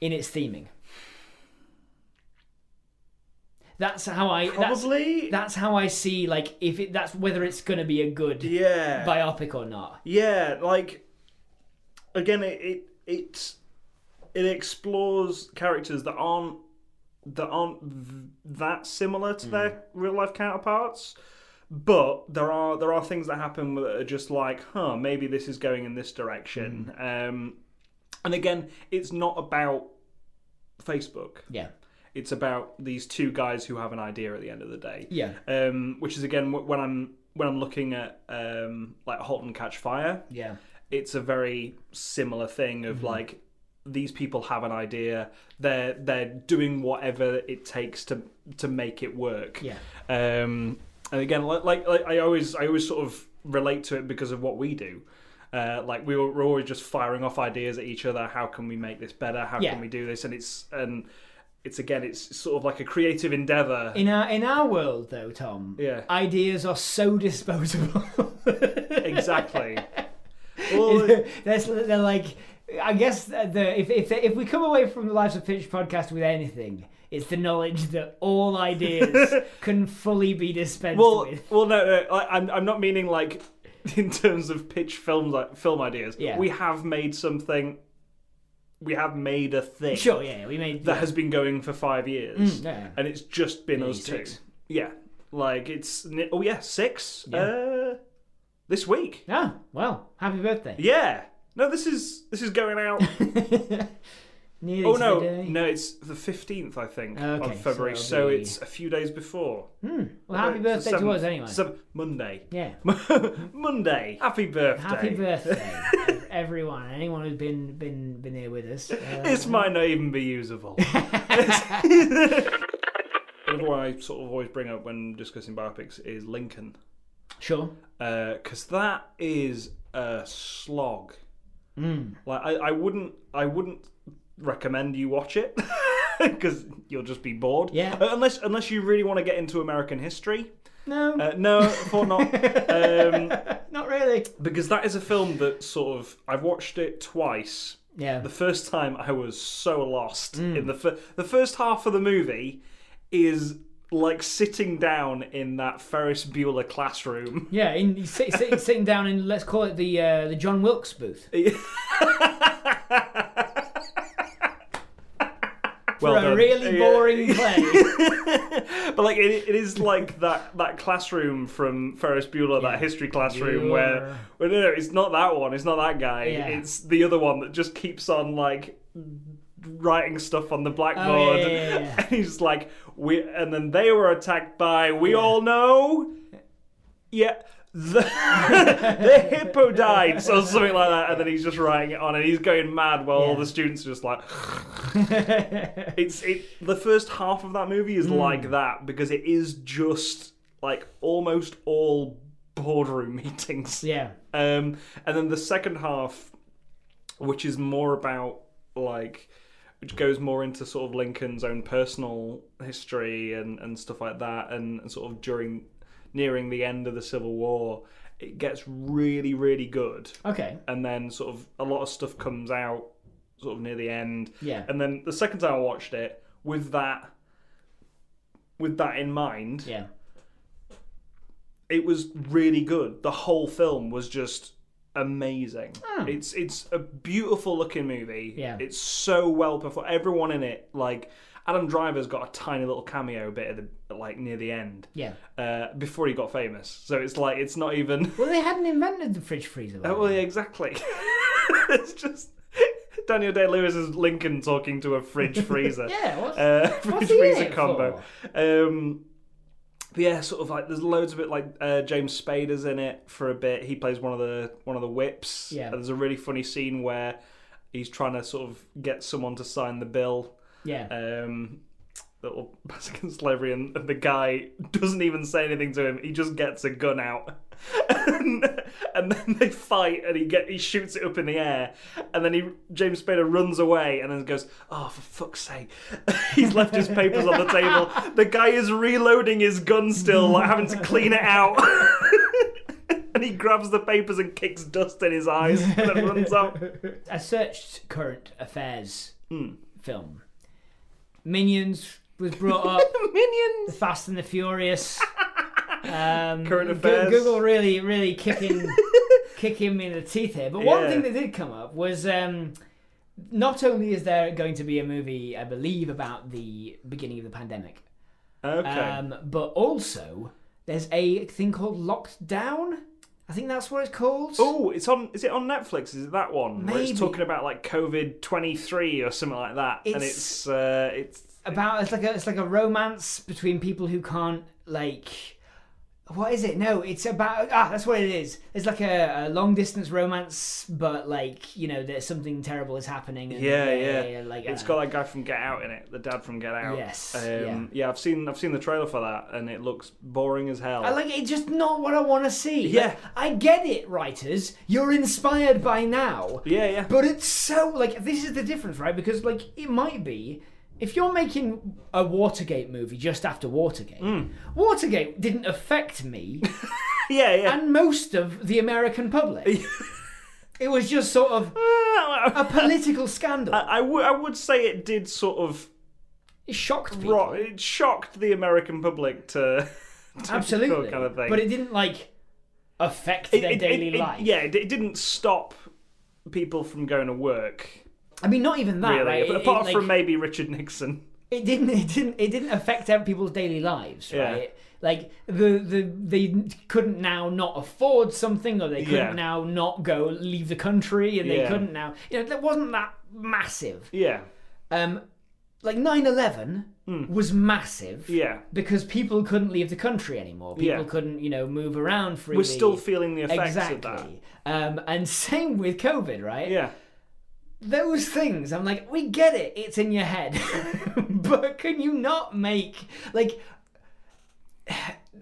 Speaker 2: in its theming? That's how I. That's,
Speaker 1: Probably.
Speaker 2: that's how I see. Like, if it, that's whether it's going to be a good
Speaker 1: yeah.
Speaker 2: biopic or not.
Speaker 1: yeah, like again, it, it it it explores characters that aren't that aren't v- that similar to their real life counterparts. But there are there are things that happen that are just like, huh, maybe this is going in this direction. Um, and again, it's not about Facebook.
Speaker 2: Yeah.
Speaker 1: It's about these two guys who have an idea at the end of the day
Speaker 2: Yeah.
Speaker 1: um, which is again wh- when I'm when I'm looking at um, like *Halt and Catch Fire*.
Speaker 2: Yeah.
Speaker 1: It's a very similar thing
Speaker 2: Mm-hmm.
Speaker 1: of like these people have an idea. They're they're doing whatever it takes to to make it work.
Speaker 2: Yeah.
Speaker 1: Um, and again, li- like, like I always I always sort of relate to it because of what we do. Uh, like we were, we're always just firing off ideas at each other. How can we make this better? How
Speaker 2: Yeah.
Speaker 1: can we do this? And it's and it's again it's sort of like a creative endeavor.
Speaker 2: In our in our world, though, Tom,
Speaker 1: Yeah.
Speaker 2: ideas are so disposable.
Speaker 1: exactly. Well,
Speaker 2: That's they're like. I guess the if if if we come away from the Lives of Pitch podcast with anything, it's the knowledge that all ideas can fully be dispensed
Speaker 1: well,
Speaker 2: with.
Speaker 1: well, no, no like, I'm, I'm not meaning like in terms of pitch films, like film ideas.
Speaker 2: Yeah.
Speaker 1: We have made something. We have made a thing
Speaker 2: Sure, yeah, we made Mm,
Speaker 1: that has been going for five years,
Speaker 2: yeah.
Speaker 1: and it's just been us
Speaker 2: Maybe
Speaker 1: two.
Speaker 2: six.
Speaker 1: Yeah, like it's ni- oh yeah, six.
Speaker 2: Yeah.
Speaker 1: Uh, this week.
Speaker 2: Ah, well, happy birthday.
Speaker 1: Yeah. No, this is this is going out.
Speaker 2: Nearly
Speaker 1: oh
Speaker 2: to
Speaker 1: no,
Speaker 2: the day.
Speaker 1: no, it's the fifteenth, I think,
Speaker 2: Okay,
Speaker 1: on
Speaker 2: so
Speaker 1: February.
Speaker 2: it'll
Speaker 1: so
Speaker 2: be-
Speaker 1: it's a few days before.
Speaker 2: Hmm, Well, happy
Speaker 1: Right, so
Speaker 2: birthday to
Speaker 1: seven-
Speaker 2: us anyway.
Speaker 1: seven- Monday.
Speaker 2: yeah.
Speaker 1: Monday. Happy birthday.
Speaker 2: Happy birthday, ev- everyone. Anyone who's been been been here with us. Uh,
Speaker 1: This might not even be usable. Another one I sort of always bring up when discussing biopics is Lincoln,
Speaker 2: sure.
Speaker 1: because that is a
Speaker 2: Hmm.
Speaker 1: slog. Like I, I wouldn't, I wouldn't recommend you watch it. because you'll just be bored.
Speaker 2: Yeah.
Speaker 1: Uh, unless unless you really want to get into American history.
Speaker 2: No,
Speaker 1: Uh, no, I thought not. Um,
Speaker 2: not really.
Speaker 1: because that is a film that sort of I've watched it twice.
Speaker 2: Yeah.
Speaker 1: The first time I was so lost
Speaker 2: Hmm.
Speaker 1: in the fir- the first half of the movie is like sitting down in that Ferris Bueller classroom.
Speaker 2: Yeah, in, he's sit, sit, sitting down in let's call it the uh, the John Wilkes booth.
Speaker 1: Well
Speaker 2: for a
Speaker 1: done.
Speaker 2: really
Speaker 1: Yeah.
Speaker 2: boring play.
Speaker 1: But like it, it is like that that classroom from Ferris Bueller, that history classroom where well, no, no, it's not that one, it's not that guy,
Speaker 2: Yeah.
Speaker 1: it's the other one that just keeps on like writing stuff on the blackboard,
Speaker 2: Oh, yeah, yeah, yeah.
Speaker 1: and he's like, we, and then they were attacked by we all know, yeah. The, the hippo died, or something like that, and then he's just writing it on, and he's going mad while all
Speaker 2: Yeah.
Speaker 1: the students are just like, it's it the first half of that movie is like that because it is just like almost all boardroom meetings
Speaker 2: yeah,
Speaker 1: um and then the second half which is more about like which goes more into sort of lincoln's own personal history and and stuff like that and, and sort of during nearing the end of the civil war it gets really really good
Speaker 2: okay,
Speaker 1: and then sort of a lot of stuff comes out sort of near the end.
Speaker 2: Yeah.
Speaker 1: And then the second time I watched it with that with that in mind,
Speaker 2: yeah,
Speaker 1: it was really good. The whole film was just amazing. It's it's a beautiful looking movie.
Speaker 2: Hmm. Yeah.
Speaker 1: It's so well performed. Everyone in it like Adam Driver's got a tiny little cameo bit at the like near the end.
Speaker 2: yeah.
Speaker 1: Uh, before he got famous. So it's like it's not even
Speaker 2: Well, they hadn't invented the fridge freezer. by
Speaker 1: Oh,
Speaker 2: then.
Speaker 1: well, yeah, exactly. it's just Daniel Day Lewis is Lincoln talking to a fridge freezer.
Speaker 2: yeah, what's,
Speaker 1: Uh,
Speaker 2: what's
Speaker 1: fridge
Speaker 2: he in
Speaker 1: freezer
Speaker 2: it
Speaker 1: combo.
Speaker 2: for?
Speaker 1: Um, but yeah, sort of like there's loads of it. Like uh, James Spader's in it for a bit. He plays one of the one of the whips.
Speaker 2: Yeah.
Speaker 1: And there's a really funny scene where he's trying to sort of get someone to sign the bill.
Speaker 2: Yeah,
Speaker 1: Um, that will pass against slavery, and, and the guy doesn't even say anything to him. He just gets a gun out, and, and then they fight, and he get he shoots it up in the air, and then he James Spader runs away, and then goes, "Oh, for fuck's sake!" He's left his papers on the table. The guy is reloading his gun still, like having to clean it out. And he grabs the papers and kicks dust in his eyes and then runs off.
Speaker 2: I searched current affairs
Speaker 1: hmm.
Speaker 2: film. Minions was brought up.
Speaker 1: Minions!
Speaker 2: Fast and the Furious. Um,
Speaker 1: Current
Speaker 2: Go-
Speaker 1: affairs.
Speaker 2: Google really, really kicking, kicking me in the teeth here. But one
Speaker 1: Yeah.
Speaker 2: thing that did come up was um, not only is there going to be a movie, I believe, about the beginning of the pandemic,
Speaker 1: Okay.
Speaker 2: um, but also there's a thing called Locked Down. I think that's what it's called.
Speaker 1: Oh, it's on. Is it on Netflix? Is it that one? Where
Speaker 2: Maybe.
Speaker 1: it's talking about like COVID twenty three or something like that, and
Speaker 2: It's-
Speaker 1: it's uh, it's
Speaker 2: about it's like a it's like a romance between people who can't like what is it no it's about ah that's what it is it's like a, a long distance romance but like you know there's something terrible is happening and
Speaker 1: yeah, yeah.
Speaker 2: like
Speaker 1: it's
Speaker 2: uh,
Speaker 1: got that guy from Get Out in it, the dad from Get Out.
Speaker 2: Yes,
Speaker 1: Um, yeah. I've seen I've seen the trailer for that, and it looks boring as hell.
Speaker 2: I like it's just not what I want to see
Speaker 1: Yeah.
Speaker 2: Like, I get it writers you're inspired by now
Speaker 1: yeah, yeah.
Speaker 2: But it's so like this is the difference, right? Because like it might be if you're making a Watergate movie just after Watergate,
Speaker 1: Mm.
Speaker 2: Watergate didn't affect me
Speaker 1: yeah, yeah.
Speaker 2: and most of the American public. it was just sort of a political scandal.
Speaker 1: I would I would say it did sort of
Speaker 2: It shocked people,
Speaker 1: rock, it shocked the American public to, to
Speaker 2: absolutely,
Speaker 1: kind of thing.
Speaker 2: but it didn't like affect
Speaker 1: It-
Speaker 2: their
Speaker 1: it-
Speaker 2: daily
Speaker 1: it- it-
Speaker 2: life.
Speaker 1: yeah, it, it didn't stop people from going to work.
Speaker 2: I mean, not even that,
Speaker 1: Really,
Speaker 2: Ah, right?
Speaker 1: but
Speaker 2: It-
Speaker 1: apart
Speaker 2: it,
Speaker 1: from
Speaker 2: like,
Speaker 1: maybe Richard Nixon.
Speaker 2: it didn't it didn't it didn't affect ev- people's daily lives
Speaker 1: Yeah.
Speaker 2: right like the, the they couldn't now not afford something or they couldn't
Speaker 1: Yeah.
Speaker 2: now not go leave the country and they
Speaker 1: Yeah.
Speaker 2: couldn't now you know that wasn't that massive
Speaker 1: Yeah,
Speaker 2: um like 9-11 was massive
Speaker 1: Hmm. yeah.
Speaker 2: because people couldn't leave the country anymore people
Speaker 1: Yeah.
Speaker 2: couldn't you know move around freely
Speaker 1: We're still feeling the effects
Speaker 2: exactly
Speaker 1: of that.
Speaker 2: um and same with covid right
Speaker 1: Yeah,
Speaker 2: those things i'm like we get it it's in your head but can you not make like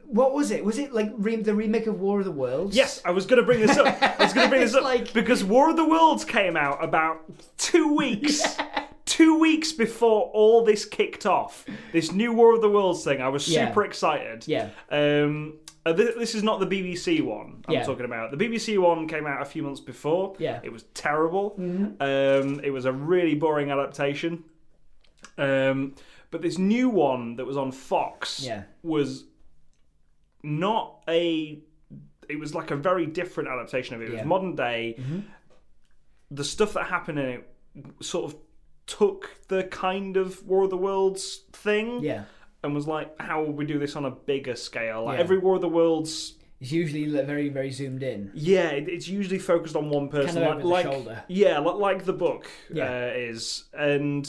Speaker 2: what was it was it like re- the remake of war of the worlds
Speaker 1: Yes, I was going to bring this up. I was going to bring this
Speaker 2: It's
Speaker 1: up
Speaker 2: like-
Speaker 1: because War of the Worlds came out about two weeks, two weeks before all this kicked off, this new War of the Worlds thing, I was
Speaker 2: Yeah.
Speaker 1: super excited.
Speaker 2: Yeah.
Speaker 1: Um, uh, thi- this is not the BBC one I'm
Speaker 2: Yeah.
Speaker 1: talking about. The BBC one came out a few months before.
Speaker 2: Yeah. Mm-hmm.
Speaker 1: It was terrible. Um, it was a really boring adaptation. Um, but this new one that was on Fox
Speaker 2: Yeah.
Speaker 1: was not a. It was like a very different adaptation of it. It
Speaker 2: Yeah.
Speaker 1: was
Speaker 2: Mm-hmm.
Speaker 1: modern day. The stuff that happened in it sort of took the kind of War of the Worlds thing
Speaker 2: Yeah.
Speaker 1: and was like, how will we do this on a bigger scale? Like
Speaker 2: Yeah.
Speaker 1: every War of the Worlds,
Speaker 2: It's usually li- very, very zoomed in.
Speaker 1: yeah, it, it's usually focused on one person,
Speaker 2: Kind of
Speaker 1: like,
Speaker 2: over the
Speaker 1: like-
Speaker 2: shoulder.
Speaker 1: yeah, like, like the book
Speaker 2: Yeah.
Speaker 1: uh, is, and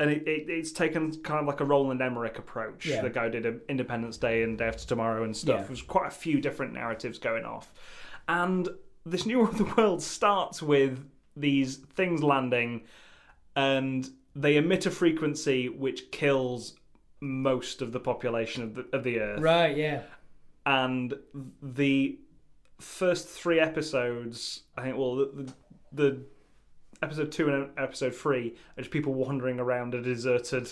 Speaker 1: and it, it, it's taken kind of like a Roland Emmerich approach.
Speaker 2: Yeah.
Speaker 1: The guy did a Independence Day and Day After Tomorrow and stuff.
Speaker 2: Yeah.
Speaker 1: There's quite a few different narratives going off, and this new War of the World starts with these things landing, and they emit a frequency which kills most of the population of the, of the Earth
Speaker 2: Right, yeah.
Speaker 1: and the first three episodes, I think, well, the, the, the episode two and episode three are just people wandering around a deserted.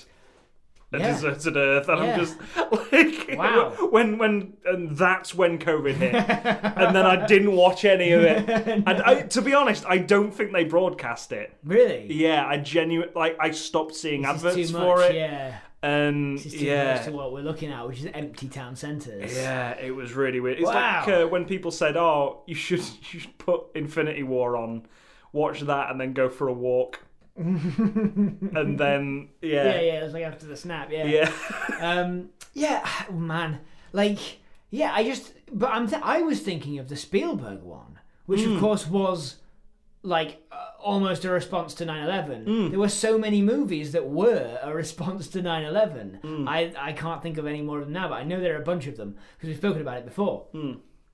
Speaker 1: A
Speaker 2: Yeah.
Speaker 1: deserted Earth, and
Speaker 2: Yeah.
Speaker 1: I'm just like,
Speaker 2: Wow.
Speaker 1: When, when, and that's when COVID hit, and then I didn't watch any of it. And I, to be honest, I don't think they broadcast it.
Speaker 2: Really?
Speaker 1: Yeah, I genuinely like I stopped seeing
Speaker 2: This is
Speaker 1: adverts
Speaker 2: too
Speaker 1: for
Speaker 2: much,
Speaker 1: it,
Speaker 2: yeah.
Speaker 1: and
Speaker 2: This is too
Speaker 1: yeah,
Speaker 2: much to what we're looking at, which is empty town centres.
Speaker 1: yeah, it was really weird. It's
Speaker 2: Wow.
Speaker 1: like uh, when people said, "Oh, you should you should put Infinity War on, watch that, and then go for a walk." and then
Speaker 2: Yeah,
Speaker 1: yeah,
Speaker 2: yeah, it was like after the snap, yeah.
Speaker 1: yeah,
Speaker 2: Um, yeah, oh, man. Like, yeah, I just, but I'm, th- I was thinking of the Spielberg one, which of course was like uh, almost a response to 9/11. There were so many movies that were a response to 9/11. I I can't think of any more of them now, but I know there are a bunch of them because we've spoken about it before.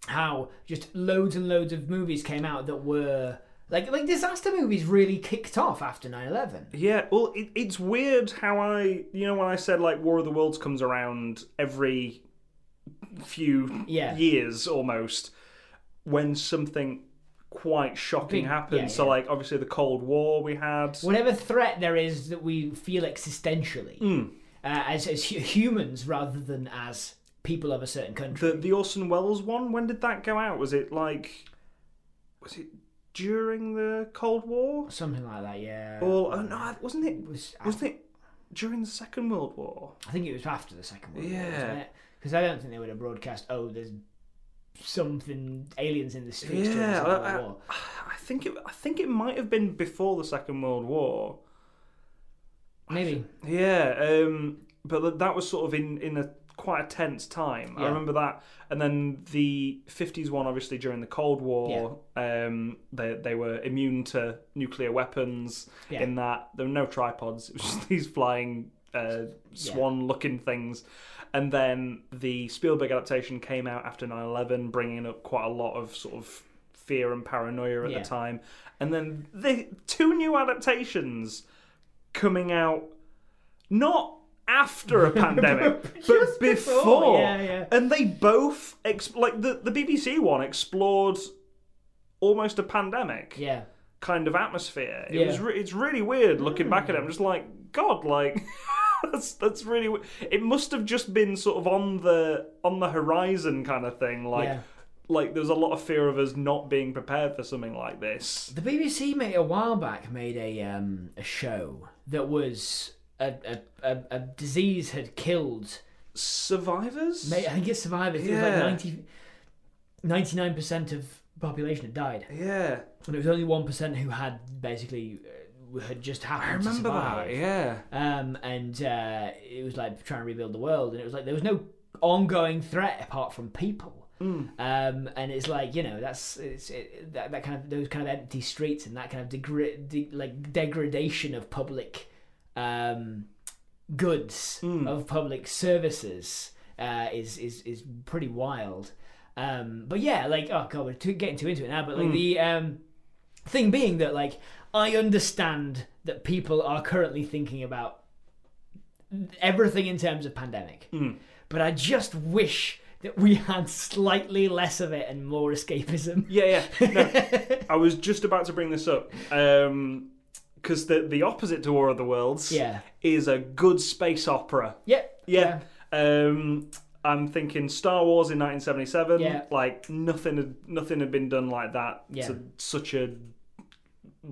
Speaker 2: How just loads and loads of movies came out that were. Like, like disaster movies really kicked off after 9-11.
Speaker 1: yeah. Well, it, it's weird how I you know when I said like War of the Worlds comes around every few
Speaker 2: Yeah.
Speaker 1: years almost when something quite shocking
Speaker 2: Big-
Speaker 1: happens.
Speaker 2: yeah,
Speaker 1: So
Speaker 2: yeah.
Speaker 1: like obviously the Cold War we had.
Speaker 2: whatever threat there is that we feel existentially
Speaker 1: Hmm.
Speaker 2: uh, as, as hu- humans rather than as people of a certain country.
Speaker 1: The the Orson Welles one, when did that go out? Was it like was it during the Cold War?
Speaker 2: Something like that, yeah.
Speaker 1: Or oh, no, wasn't it
Speaker 2: It was- I,
Speaker 1: wasn't it during the Second World War?
Speaker 2: I think it was after the Second World War,
Speaker 1: Yeah.
Speaker 2: wasn't it? Because I don't think they would have broadcast, oh, there's something, aliens in the streets during the
Speaker 1: Yeah,
Speaker 2: Second World
Speaker 1: I, I,
Speaker 2: War.
Speaker 1: I think it I think it might have been before the Second World War.
Speaker 2: Maybe.
Speaker 1: Yeah, um, but th- that was sort of in in a quite a tense time. I
Speaker 2: Yeah.
Speaker 1: remember that, and then the fifties one, obviously during the Cold War, um, they they were immune to nuclear weapons.
Speaker 2: Yeah.
Speaker 1: In that there were no tripods; it was just these flying uh, swan-looking things. And then the Spielberg adaptation came out after 9-11, bringing up quite a lot of sort of fear and paranoia at
Speaker 2: Yeah.
Speaker 1: the time. And then the two new adaptations coming out not after a pandemic, but
Speaker 2: Just
Speaker 1: before.
Speaker 2: before, yeah, yeah.
Speaker 1: And they both exp- like the the BBC one explored almost a pandemic
Speaker 2: Yeah.
Speaker 1: kind of atmosphere. It
Speaker 2: Yeah. Mm.
Speaker 1: was re- it's really weird looking back at it. I'm just like, God, like that's that's really. w It must have just been sort of on the on the horizon kind of thing. Like
Speaker 2: Yeah.
Speaker 1: like there's a lot of fear of us not being prepared for something like this.
Speaker 2: The BBC made a while back made a um, a show that was a, a, a, a disease had killed
Speaker 1: Survivors.
Speaker 2: Mate, I think it's survivors. It was
Speaker 1: Yeah.
Speaker 2: like 90, 99% of population had died.
Speaker 1: yeah,
Speaker 2: And it was only 1% who had basically, uh, had just happened
Speaker 1: I remember
Speaker 2: to survive.
Speaker 1: that. Yeah,
Speaker 2: Um, and uh, it was like trying to rebuild the world. And it was like there was no ongoing threat apart from people.
Speaker 1: Mm.
Speaker 2: Um, and it's like you know that's it's it, that, that kind of those kind of empty streets and that kind of degra- de- like degradation of public um, goods
Speaker 1: Mm.
Speaker 2: of public services uh, is is is pretty wild. Um, but yeah, like oh god, we're too, getting too into it now. But
Speaker 1: Mm.
Speaker 2: like the um, thing being that like I understand that people are currently thinking about everything in terms of pandemic, but I just wish that we had slightly less of it and more escapism.
Speaker 1: yeah, yeah. No, I was just about to bring this up because because um, the the opposite to War of the Worlds
Speaker 2: Yeah.
Speaker 1: is a good space opera.
Speaker 2: Yep.
Speaker 1: Yeah. Um, I'm thinking Star Wars in 1977.
Speaker 2: Yeah.
Speaker 1: Like nothing had nothing had been done like that
Speaker 2: Yeah.
Speaker 1: to such a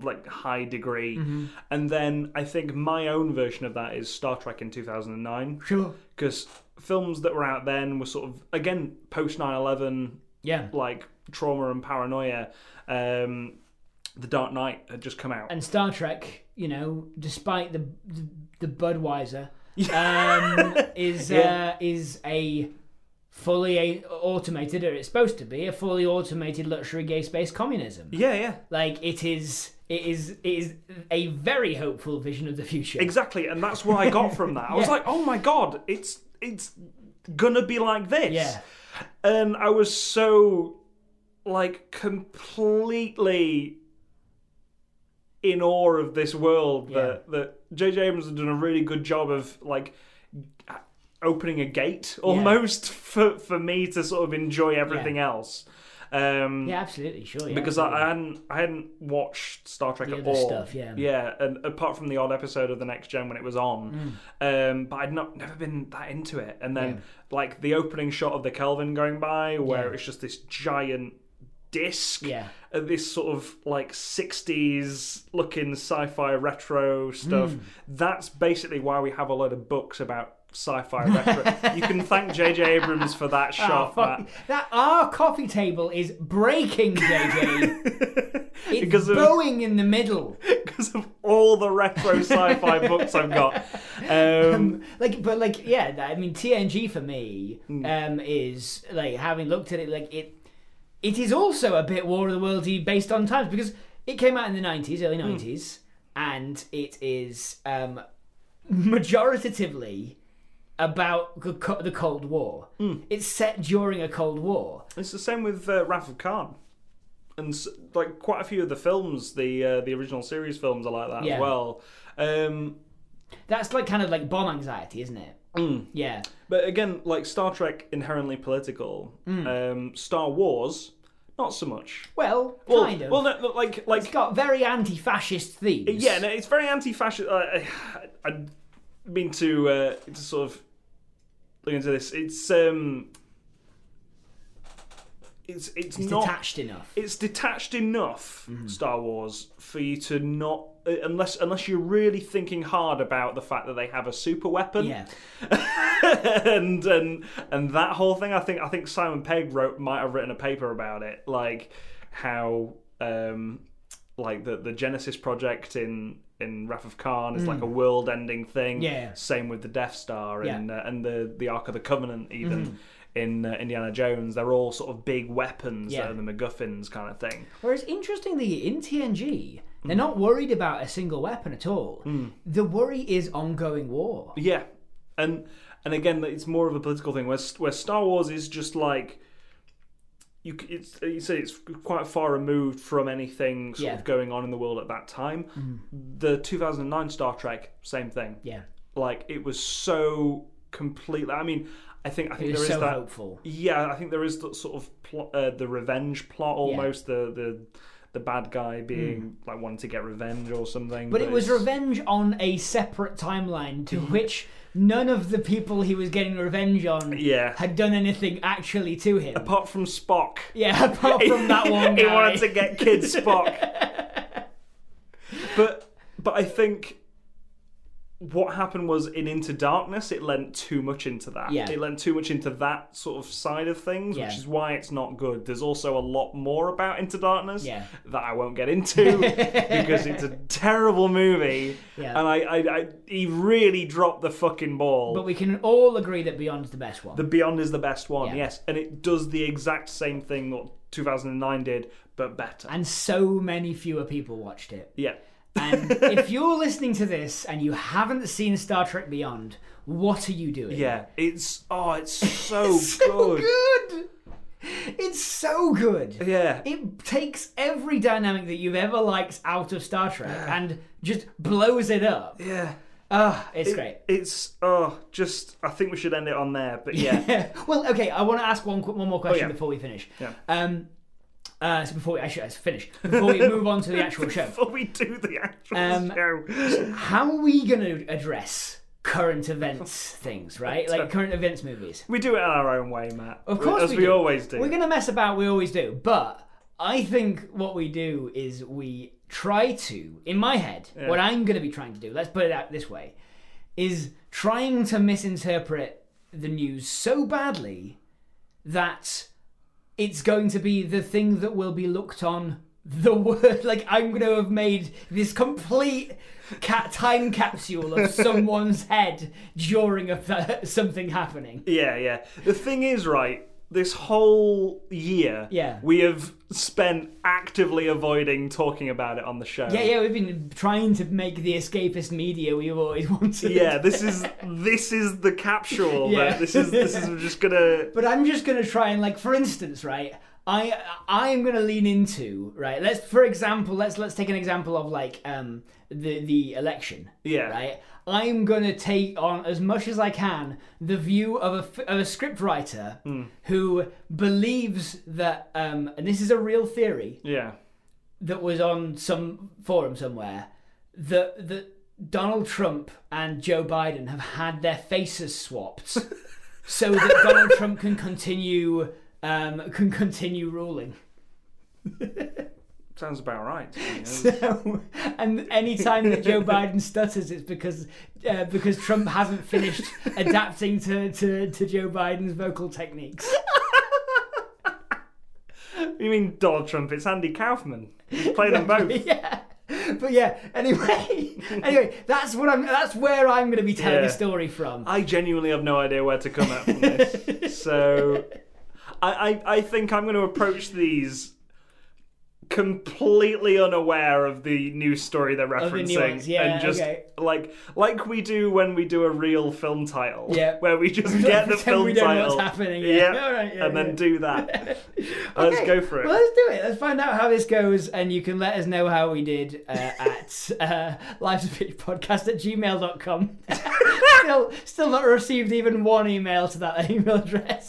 Speaker 1: like high degree.
Speaker 2: Mm-hmm.
Speaker 1: And then I think my own version of that is Star Trek in 2009
Speaker 2: Sure.
Speaker 1: because films that were out then were sort of again post 9/11
Speaker 2: Yeah.
Speaker 1: like trauma and paranoia. Um, the Dark Knight had just come out.
Speaker 2: And Star Trek, you know, despite the the, the Budweiser, um, is uh, is a fully a- automated, or it's supposed to be a fully automated luxury gay space communism.
Speaker 1: yeah, yeah.
Speaker 2: Like it is, it is, it is a very hopeful vision of the future.
Speaker 1: Exactly, and that's what I got from that. I was
Speaker 2: Yeah.
Speaker 1: like, "Oh my god, it's it's gonna be like this."
Speaker 2: Yeah.
Speaker 1: And I was so like completely in awe of this world that that JJ Abrams had done a really good job of like opening a gate almost for for me to sort of enjoy everything else. Um
Speaker 2: Yeah, absolutely, sure. Yeah,
Speaker 1: because I, I hadn't I hadn't watched Star Trek
Speaker 2: The
Speaker 1: at
Speaker 2: other
Speaker 1: all.
Speaker 2: stuff, yeah.
Speaker 1: yeah, and apart from the odd episode of the Next Gen when it was on,
Speaker 2: Mm.
Speaker 1: um, but I'd not never been that into it. And then like the opening shot of the Kelvin going by, where
Speaker 2: Yeah.
Speaker 1: it's just this giant disc,
Speaker 2: Yeah.
Speaker 1: and this sort of like '60s looking sci-fi retro stuff.
Speaker 2: Hmm.
Speaker 1: That's basically why we have a lot of books about. Sci-fi retro. you can thank J.J. Abrams for that
Speaker 2: Oh,
Speaker 1: shot.
Speaker 2: fuck.
Speaker 1: Matt.
Speaker 2: That our coffee table is breaking, JJ. it's
Speaker 1: Because of-
Speaker 2: bowing in the middle.
Speaker 1: because of all the retro sci-fi books I've got. Um,
Speaker 2: like but like yeah that- i mean tng for me
Speaker 1: Hmm.
Speaker 2: um is like having looked at it like it it is also a bit war of the worldy based on times because it came out in the 90s early
Speaker 1: Hmm.
Speaker 2: 90s and it is um majoritatively about the Co- the cold war
Speaker 1: Hmm.
Speaker 2: it's set during a cold war
Speaker 1: it's the same with uh, Wrath of Khan, and s- like quite a few of the films, the uh, the original series films are like that
Speaker 2: Yeah.
Speaker 1: as well. Um,
Speaker 2: that's like kind of like bomb anxiety isn't it
Speaker 1: Hmm.
Speaker 2: yeah
Speaker 1: but again, like Star Trek, inherently political.
Speaker 2: Hmm.
Speaker 1: Um, Star Wars, not so much.
Speaker 2: well
Speaker 1: Well,
Speaker 2: kind of
Speaker 1: well, no, no, like
Speaker 2: it's
Speaker 1: like
Speaker 2: got very anti-fascist themes
Speaker 1: yeah, no, it's very anti-fascist. uh, I, I, I mean to uh, to sort of look into this. It's um, it's it's,
Speaker 2: it's
Speaker 1: not
Speaker 2: detached enough
Speaker 1: it's detached enough
Speaker 2: Mm-hmm.
Speaker 1: Star Wars for you to not uh, unless unless you're really thinking hard about the fact that they have a super weapon
Speaker 2: yeah
Speaker 1: and and and that whole thing I think I think Simon Pegg wrote might have written a paper about it like how um like the the Genesis project in in Wrath of Khan is like a world ending thing
Speaker 2: Mm. Yeah.
Speaker 1: same with the Death Star and uh, and the the Ark of the Covenant even
Speaker 2: Mm-hmm.
Speaker 1: in uh, Indiana Jones they're all sort of big weapons
Speaker 2: Yeah.
Speaker 1: that are the MacGuffins kind of thing
Speaker 2: Whereas interestingly, in TNG, they're
Speaker 1: Mm.
Speaker 2: not worried about a single weapon at all. The worry is ongoing war.
Speaker 1: Yeah, and and again, it's more of a political thing. Where where Star Wars is just like you, c- it's you say it's quite far removed from anything sort
Speaker 2: Yeah. Mm-hmm.
Speaker 1: of going on in the world at that time. The 2009 Star Trek, same thing.
Speaker 2: Yeah,
Speaker 1: Like it was so completely. I mean, I think I think
Speaker 2: it
Speaker 1: there
Speaker 2: was
Speaker 1: is
Speaker 2: so
Speaker 1: that.
Speaker 2: hopeful.
Speaker 1: Yeah, I think there is that sort of plot, uh, the revenge plot almost the the the bad guy being like wanting to get revenge or something.
Speaker 2: Mm. But it was
Speaker 1: it's-
Speaker 2: revenge on a separate timeline
Speaker 1: Mm-hmm.
Speaker 2: to which none of the people he was getting revenge on
Speaker 1: yeah.
Speaker 2: had done anything actually to him.
Speaker 1: Apart from Spock.
Speaker 2: yeah, apart from that one guy.
Speaker 1: he wanted to get Kid Spock. but but I think what happened was in Into Darkness it lent too much into that.
Speaker 2: Yeah.
Speaker 1: It lent too much into that sort of side of things,
Speaker 2: Yeah.
Speaker 1: which is why it's not good. There's also a lot more about Into Darkness
Speaker 2: Yeah.
Speaker 1: that I won't get into because it's a terrible movie.
Speaker 2: Yeah.
Speaker 1: And I, I, I he really dropped the fucking ball.
Speaker 2: But we can all agree that Beyond's the best one.
Speaker 1: The Beyond is the best one,
Speaker 2: Yeah.
Speaker 1: yes, and it does the exact same thing that 2009 did, but better.
Speaker 2: and so many fewer people watched it.
Speaker 1: yeah,
Speaker 2: And if you're listening to this and you haven't seen Star Trek Beyond, what are you doing?
Speaker 1: yeah, it's oh, it's so,
Speaker 2: so
Speaker 1: good.
Speaker 2: good. It's so good.
Speaker 1: Yeah,
Speaker 2: It takes every dynamic that you've ever liked out of Star Trek and just blows it up.
Speaker 1: yeah,
Speaker 2: Ah, it's great.
Speaker 1: it's oh, just I think we should end it on there, but yeah,
Speaker 2: well, okay, I want to ask one qu- one more question
Speaker 1: Oh, yeah.
Speaker 2: before we finish.
Speaker 1: Yeah.
Speaker 2: Um, Uh, so before we, actually, let's finish. Before we move on to the actual show,
Speaker 1: Before we do the actual
Speaker 2: Um,
Speaker 1: show,
Speaker 2: how are we going to address current events things, right? Like current events movies.
Speaker 1: we do it in our own way, Matt.
Speaker 2: Of course,
Speaker 1: as we,
Speaker 2: do.
Speaker 1: always do.
Speaker 2: We're gonna mess about. We always do. But I think what we do is we try to, in my head, what I'm gonna be trying to do. Let's put it out this way: is trying to misinterpret the news so badly that it's going to be the thing that will be looked on the word like i'm going to have made this complete cat time capsule of someone's head during a, something happening
Speaker 1: Yeah, yeah. The thing is, right, this whole year,
Speaker 2: Yeah.
Speaker 1: we have spent actively avoiding talking about it on the show.
Speaker 2: Yeah, yeah, we've been trying to make the escapist media we've always wanted.
Speaker 1: Yeah, this is this is the capsule.
Speaker 2: Yeah.
Speaker 1: That this is this is we're just gonna.
Speaker 2: But I'm just gonna try and like, for instance, right? I I am gonna lean into right. Let's, for example, let's let's take an example of like um the the election.
Speaker 1: Yeah.
Speaker 2: Right. I'm gonna take on as much as I can the view of a f- of a scriptwriter
Speaker 1: Hmm.
Speaker 2: who believes that um and this is a real theory
Speaker 1: Yeah,
Speaker 2: that was on some forum somewhere that that Donald Trump and Joe Biden have had their faces swapped so that Donald Trump can continue um, can continue ruling.
Speaker 1: sounds about right. to me.
Speaker 2: and any time that Joe Biden stutters, it's because uh, because Trump hasn't finished adapting to, to, to Joe Biden's vocal techniques.
Speaker 1: you mean Donald Trump? It's Andy Kaufman. He's played them both.
Speaker 2: yeah. But yeah, anyway, anyway, that's what I'm. That's where I'm going to be telling
Speaker 1: Yeah.
Speaker 2: a story from.
Speaker 1: I genuinely have no idea where to come at from this. so I, I, I think I'm going to approach these completely unaware of the news story they're
Speaker 2: the
Speaker 1: referencing
Speaker 2: nuance, yeah,
Speaker 1: and just
Speaker 2: okay.
Speaker 1: like like we do when we do a real film title
Speaker 2: Yeah.
Speaker 1: where we just get the
Speaker 2: Pretend
Speaker 1: film
Speaker 2: we don't know
Speaker 1: title
Speaker 2: what's happening, yeah. All right, yeah,
Speaker 1: and
Speaker 2: yeah.
Speaker 1: then do that let's
Speaker 2: Okay,
Speaker 1: go for it
Speaker 2: Well, let's do it. Let's find out how this goes, and you can let us know how we did uh, at uh, podcast at gmail.com. still, still not received even one email to that email address.